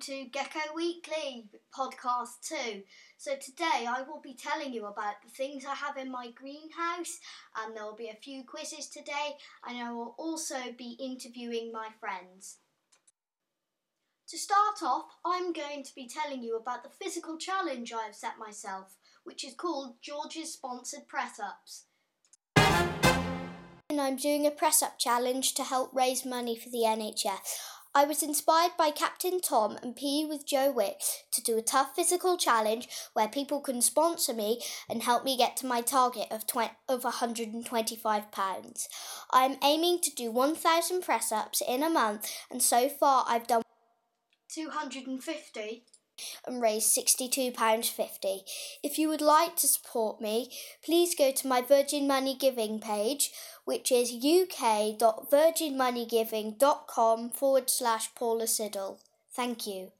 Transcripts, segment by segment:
to Gecko Weekly podcast too. So today I will be telling you about the things I have in my greenhouse, and there will be a few quizzes today, and I will also be interviewing my friends. To start off, I'm going to be telling you about the physical challenge I have set myself, which is called George's Sponsored Press Ups. And I'm doing a press up challenge to help raise money for the NHS. I was inspired by Captain Tom and PE with Joe Witt to do a tough physical challenge where people can sponsor me and help me get to my target of, 20, of £125. I'm aiming to do 1,000 press ups in a month, and so far I've done 250 and raised £62.50. If you would like to support me, please go to my Virgin Money Giving page, which is uk.virginmoneygiving.com forward slash Paula Siddle. Thank you.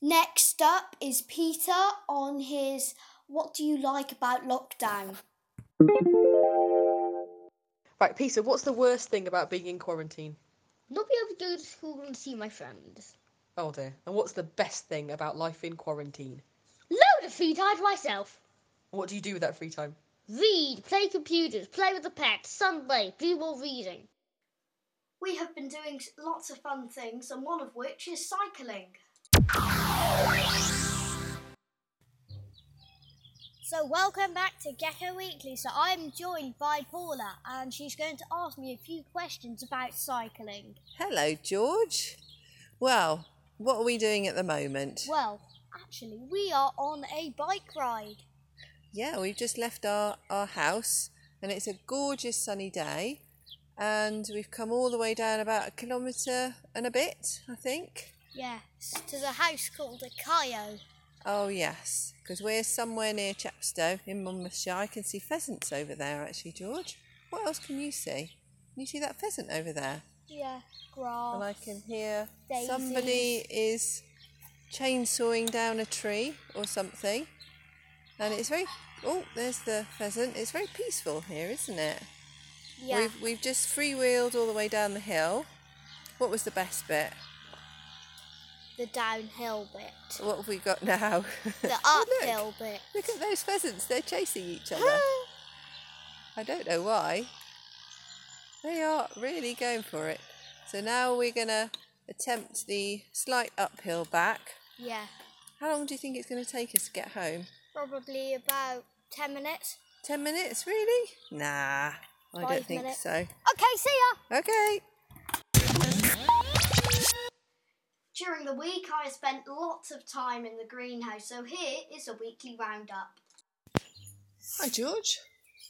Next up is Peter on his What Do You Like About Lockdown? Right, Peter, what's the worst thing about being in quarantine? Not be able to go to school and see my friends. Oh dear. And what's the best thing about life in quarantine? Load of free time for myself. What do you do with that free time? Read, play computers, play with the pets, Sunday, do more reading. We have been doing lots of fun things, and one of which is cycling. So, welcome back to Gecko Weekly. So, I'm joined by Paula, and she's going to ask me a few questions about cycling. Hello, George. Well, what are we doing at the moment? Well, actually, we are on a bike ride. Yeah, we've just left our, our house and it's a gorgeous sunny day. And we've come all the way down about a kilometre and a bit, I think. Yes, to the house called a Cayo. Oh, yes, because we're somewhere near Chepstow in Monmouthshire. I can see pheasants over there, actually, George. What else can you see? Can you see that pheasant over there? Yeah, grass. And I can hear Daisies. somebody is chainsawing down a tree or something. And it's very oh, there's the pheasant. It's very peaceful here, isn't it? yeah. We've we've just freewheeled all the way down the hill. What was the best bit? the downhill bit, What have we got now? the Oh, uphill bit. Look, look at those pheasants. They're chasing each other. I don't know why. They are really going for it. So now we're gonna attempt the slight uphill back. Yeah, How long do you think it's going to take us to get home? probably about 10 minutes. 10 minutes, really? Nah, I Five don't think minutes. so. Okay, see ya! Okay. During the week, I spent lots of time in the greenhouse, so here is a weekly roundup. Hi, George.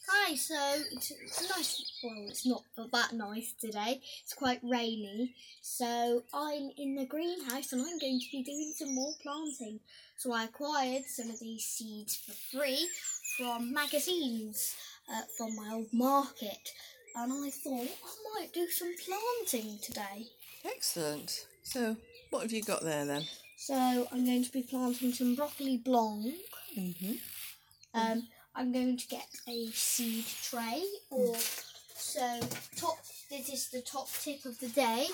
Hi, so it's a nice. Well, it's not that nice today. It's quite rainy. So I'm in the greenhouse and I'm going to be doing some more planting. So I acquired some of these seeds for free from magazines uh, from my old market. And I thought I might do some planting today. Excellent. So, what have you got there then? So I'm going to be planting some broccoli blanc. Mm-hmm. Um, I'm going to get a seed tray, or so top. This is the top tip of the day.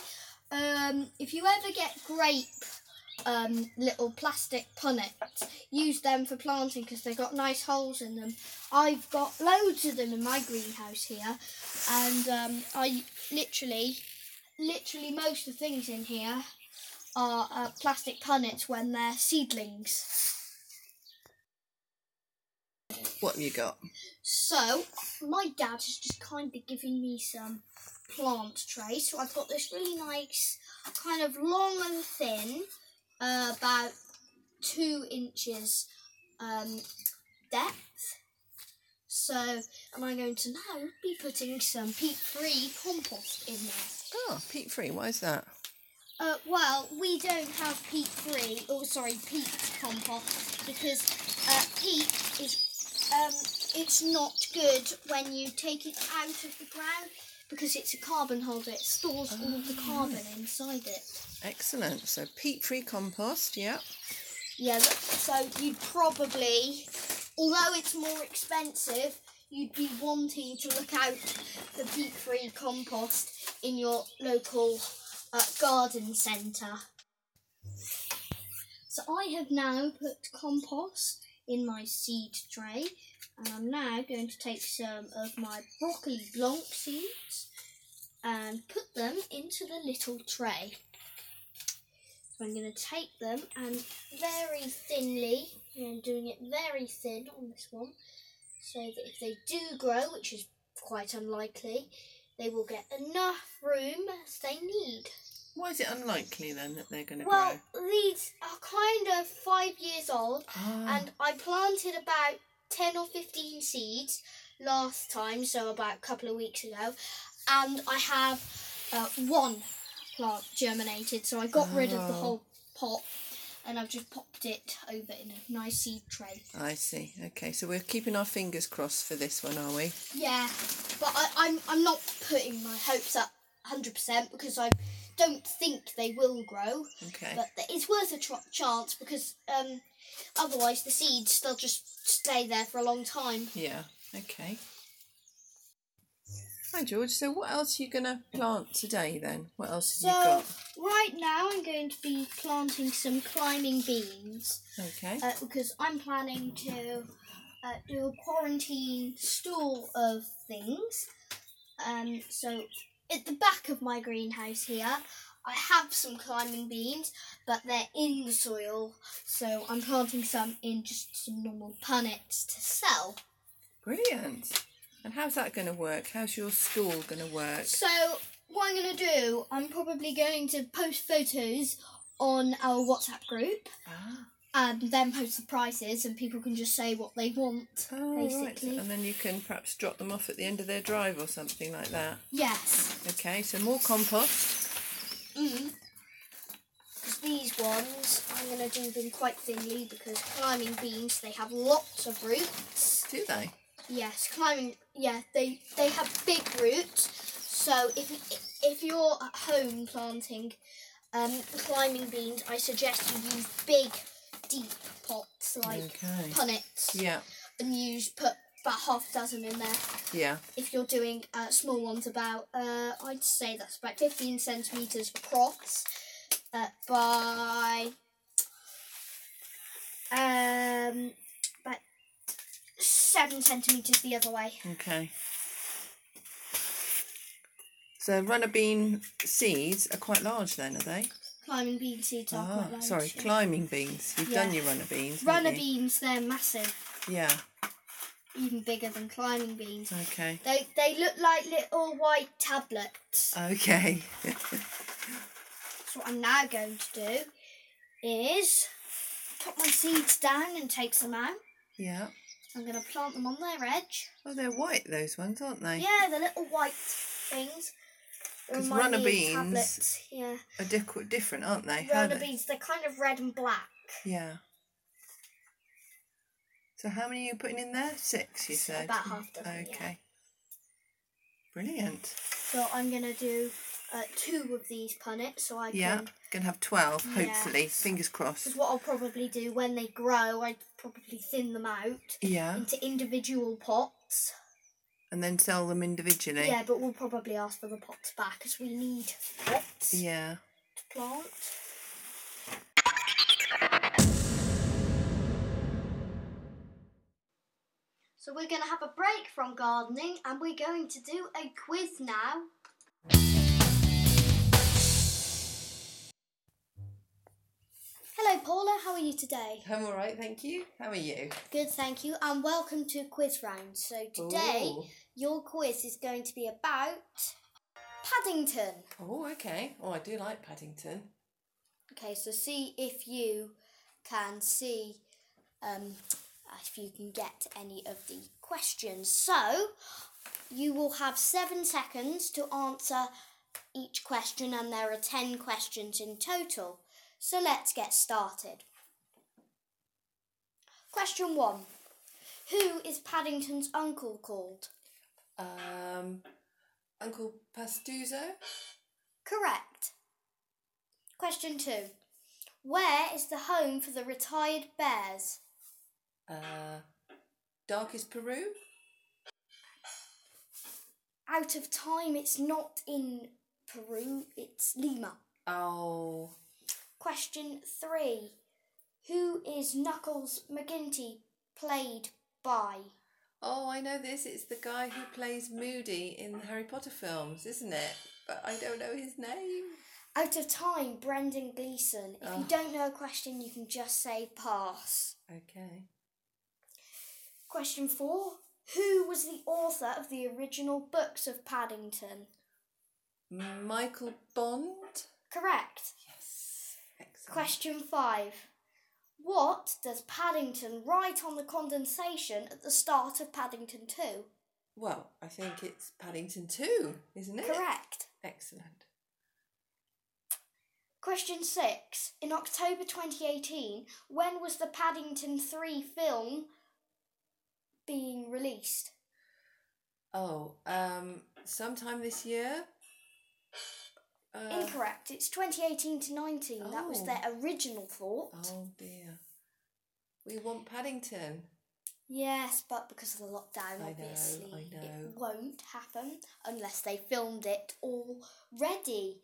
Um, if you ever get grape um, little plastic punnets, use them for planting because they've got nice holes in them. I've got loads of them in my greenhouse here, and um, I literally, literally most of the things in here are uh, plastic punnets when they're seedlings. What have you got? So, my dad has just kindly given me some plant trays. So, I've got this really nice, kind of long and thin, uh, about two inches um, depth. So, and I'm going to now be putting some peat free compost in there. Oh, peat free. Why is that? Uh, well, we don't have peat free, oh, sorry, peat compost, because uh, peat is um, it's not good when you take it out of the ground because it's a carbon holder. It stores all the carbon inside it. Excellent. So, peat free compost. Yeah. Yeah, th- so you'd probably, although it's more expensive, you'd be wanting to look out for peat free compost in your local uh, garden centre. So I have now put compost in my seed tray and I'm now going to take some of my broccoli blanc seeds and put them into the little tray. So I'm going to take them and very thinly, and I'm doing it very thin on this one, so that if they do grow, which is quite unlikely, they will get enough room as they need. Why is it unlikely then that they're going to Well, grow? these are kind of five years old, Ah, and I planted about 10 or 15 seeds last time, so about a couple of weeks ago, and I have uh, one plant germinated, so I got rid of the Oh. whole pot and I've just popped it over in a nice seed tray. Ah, I see. Okay, so we're keeping our fingers crossed for this one, are we? Yeah, but I, I'm, I'm not putting my hopes up 100% because I don't think they will grow. Okay. but th- it's worth a tr- chance because um, otherwise the seeds they'll just stay there for a long time. Yeah. Okay. Hi George. So what else are you going to plant today then? What else have So right now I'm going to be planting some climbing beans you got? Okay. uh, because I'm planning to uh, do a quarantine store of things. Um, so at the back of my greenhouse here. I have some climbing beans, but they're in the soil, so I'm planting some in just some normal punnets to sell. Brilliant. And how's that going to work? How's your school going to work? So what I'm gonna do, I'm probably going to post photos on our WhatsApp group Ah. and then post the prices and people can just say what they want. Oh, right. Basically. And then you can perhaps drop them off at the end of their drive or something like that. Yes. Okay, so more compost. Mm. 'Cause these ones, I'm gonna do them quite thinly because climbing beans, they have lots of roots. Do they? Yes, climbing. Yeah, they they have big roots. So if if you're at home planting um, climbing beans, I suggest you use big, deep pots like Okay. punnets, Yeah, and use put about half a dozen in there. yeah. If you're doing uh, small ones, about uh, I'd say that's about fifteen centimeters across uh, by um about seven centimeters the other way. Okay. So runner bean seeds are quite large then, are they? Climbing bean seeds are Ah, quite large. sorry, yeah. climbing beans. You've Yeah. done your runner beans. haven't Runner you? beans, they're massive, Yeah, even bigger than climbing beans. okay. They they look like little white tablets. Okay. So what I'm now going to do is pop my seeds down and take some out. yeah. I'm going to plant them on their edge. Oh, they're white, those ones, aren't they? Yeah, the little white things. 'Cause Remind runner me of beans- Tablets. Yeah. Are dic- different, aren't they? How Runner they- beans, they're kind of red and black. Yeah. So how many are you putting in there? Six, you S- said. about half dozen, yeah. Okay. Brilliant. So I'm going to do uh, two of these punnets so I yeah, can gonna have twelve. Hopefully, Yes. fingers crossed. Because what I'll probably do when they grow, I'd probably thin them out Yeah, into individual pots. and then sell them individually. Yeah, but we'll probably ask for the pots back as we need pots Yeah. to plant. So we're going to have a break from gardening and we're going to do a quiz now. Hello Paula, how are you today? I'm all right, thank you. How are you? Good, thank you, and welcome to Quiz Round. So today, your quiz is going to be about Paddington. Oh, okay. Oh, I do like Paddington. Okay, so see if you can see um, if you can get any of the questions. So you will have seven seconds to answer each question, and there are ten questions in total. So let's get started. Question one Who is Paddington's uncle called? Um, Uncle Pastuzo, Correct. Question two Where is the home for the retired bears? uh, Darkest Peru, out of time. It's not in Peru, it's Lima. Oh. Question three Who is Knuckles McGinty played by? Oh, I know this. It's the guy who plays Moody in the Harry Potter films, isn't it? But I don't know his name. Out of time, Brendan Gleeson. If you Ugh. don't know a question, you can just say pass. Okay. Question four Who was the author of the original books of Paddington? Michael Bond? Correct. Yes. Excellent. Question five What does Paddington write on the condensation at the start of Paddington 2? Well, I think it's Paddington 2, isn't it? Correct. Excellent. Question six. In October 2018, when was the Paddington 3 film being released? Oh, um, sometime this year? Uh, Incorrect. It's 2018 to 19. That was Oh. their original thought. oh dear. We want Paddington. Yes, but because of the lockdown, I know, obviously, I know. it won't happen unless they filmed it already.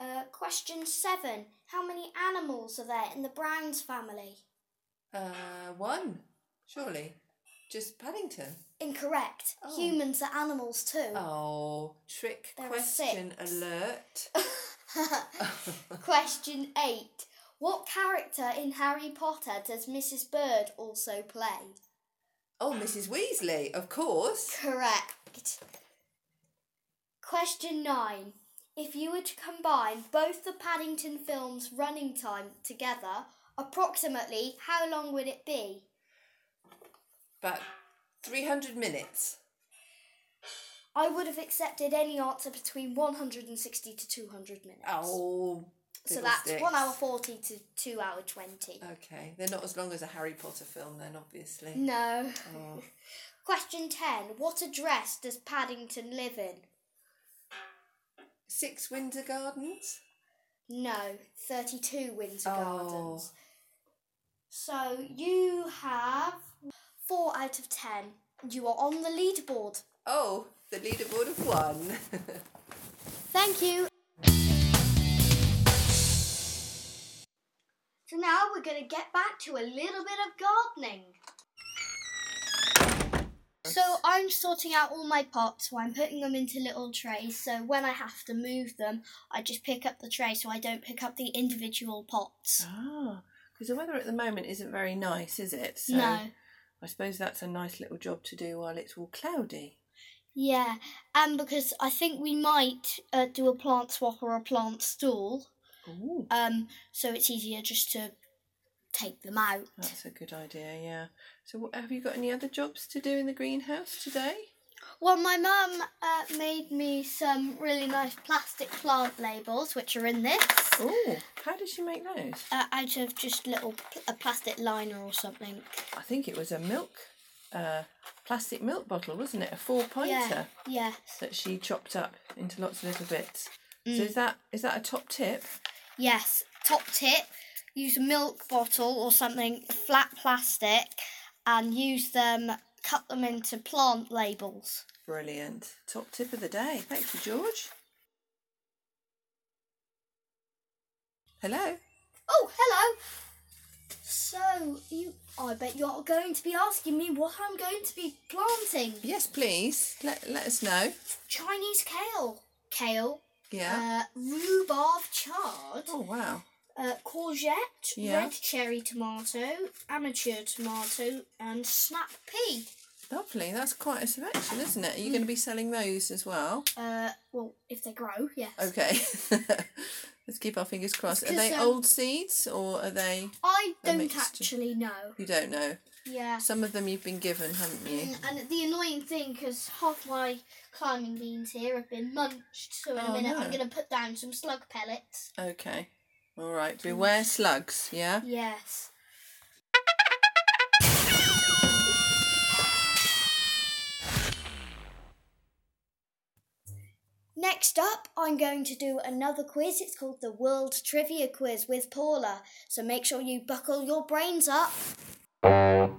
Uh, question seven. How many animals are there in the Browns family? Uh, one, surely. Just Paddington. Incorrect. Oh. Humans are animals too. Oh, trick There are question six. alert. Question eight. What character in Harry Potter does Mrs. Bird also play? oh, Mrs. Weasley, of course. Correct. Question nine. If you were to combine both the Paddington films' running time together, approximately how long would it be? About 300 minutes. I would have accepted any answer between 160 to 200 minutes. Oh, so that's fiddlesticks. 1 hour 40 to 2 hour 20. Okay, they're not as long as a Harry Potter film, then, obviously. No. Oh. Question 10. What address does Paddington live in? Six Windsor Gardens? No, 32 Windsor Oh. Gardens. So you have 4 out of 10. You are on the leaderboard. Oh, the leaderboard of one. Thank you. So now we're going to get back to a little bit of gardening. So I'm sorting out all my pots, so I'm putting them into little trays. So when I have to move them, I just pick up the tray so I don't pick up the individual pots. ah, because the weather at the moment isn't very nice, is it? So No. I suppose that's a nice little job to do while it's all cloudy. Yeah, and because I think we might uh, do a plant swap or a plant stall, Ooh, um, so it's easier just to take them out. that's a good idea, yeah. So, what, have you got any other jobs to do in the greenhouse today? Well, my mum uh, made me some really nice plastic plant labels, which are in this, Oh, how did she make those? uh, out of just little pl- a plastic liner or something. I think it was a milk, uh, plastic milk bottle, wasn't it? A four pointer Yeah, yeah, that she chopped up into lots of little bits. So is that is that a top tip? yes. Top tip: use a milk bottle or something flat plastic, and use them. Cut them into plant labels. Brilliant. Top tip of the day. Thank you, George. Hello. Oh, hello. So you, I bet you're going to be asking me what I'm going to be planting. Yes, please. Let let us know. Chinese kale, kale, uh, Yeah. rhubarb chard, oh wow. uh, courgette, Yeah. red cherry tomato, amateur tomato, and snap pea. Lovely. That's quite a selection, isn't it? Are you going to be selling those as well? Uh, well, if they grow, yes. Okay. Let's keep our fingers crossed. Are 'cause, they um, old seeds or are they? I They're don't mixed. actually know. You don't know. Yeah. Mm, Some of them you've been given, haven't you? And the annoying thing, because half my climbing beans here have been munched, so in a Oh, minute I'm no. going to put down some slug pellets. Okay. All right. Beware slugs. Yeah. Yes. Next up, I'm going to do another quiz. It's called the World Trivia Quiz with Paula. So make sure you buckle your brains up. Hello,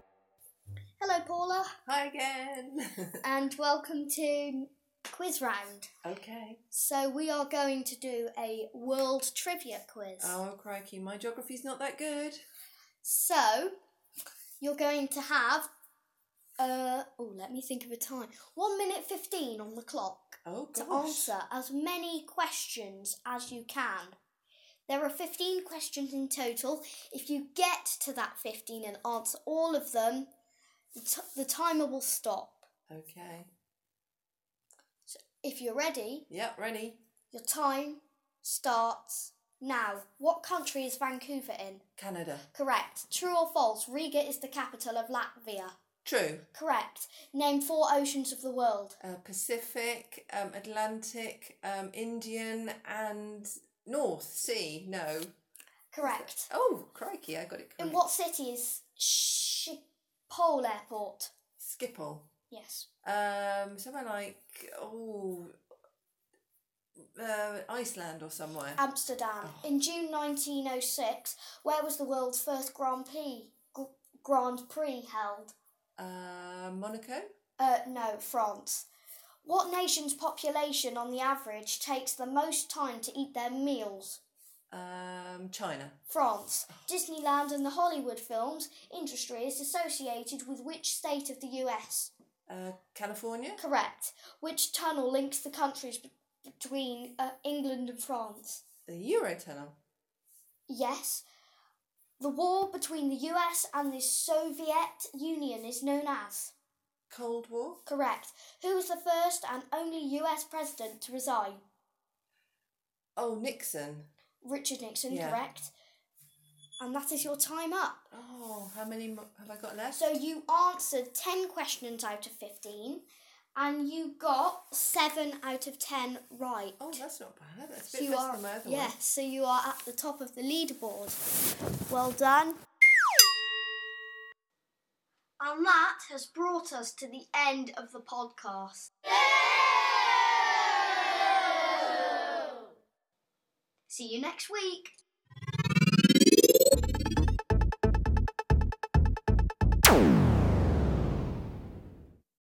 Paula, Hi again. and welcome to quiz round. Okay. So we are going to do a world trivia quiz. Oh, crikey, my geography's not that good. So you're going to have uh oh let me think of a time. One minute fifteen on the clock Oh, to gosh. answer as many questions as you can. There are 15 questions in total. If you get to that 15 and answer all of them, the, t- the timer will stop. Okay. If you're ready, Yep, ready. your time starts now. What country is Vancouver in? Canada. Correct. True or false? Riga is the capital of Latvia. True. Correct. Name four oceans of the world. Uh, Pacific, um, Atlantic, um, Indian, and North Sea. No. Correct. Oh, crikey, I got it In correct. what city is Schiphol Airport? Skipple. Yes. Um, somewhere like, oh, uh, Iceland or somewhere. Um, Amsterdam. Oh. In June 1906, where was the world's first Grand Prix? Gr- Grand Prix held? Uh, Monaco? Uh, no, France. What nation's population, on the average, takes the most time to eat their meals? Um, China. France. Disneyland and the Hollywood films industry is associated with which state of the US? Uh, California? Correct. Which tunnel links the countries be- between uh, England and France? The Eurotunnel. Yes. The war between the US and the Soviet Union is known as? Cold War? Correct. Who was the first and only US president to resign? Oh, Nixon. Richard Nixon, Yeah. correct. And that is your time up. Oh, how many mo- have I got left? So you answered 10 questions out of 15 and you got 7 out of 10 right. Oh, that's not bad. That's a bit you less are, than my other yes, so you are at the top of the leaderboard. Well done. And that has brought us to the end of the podcast. See you next week.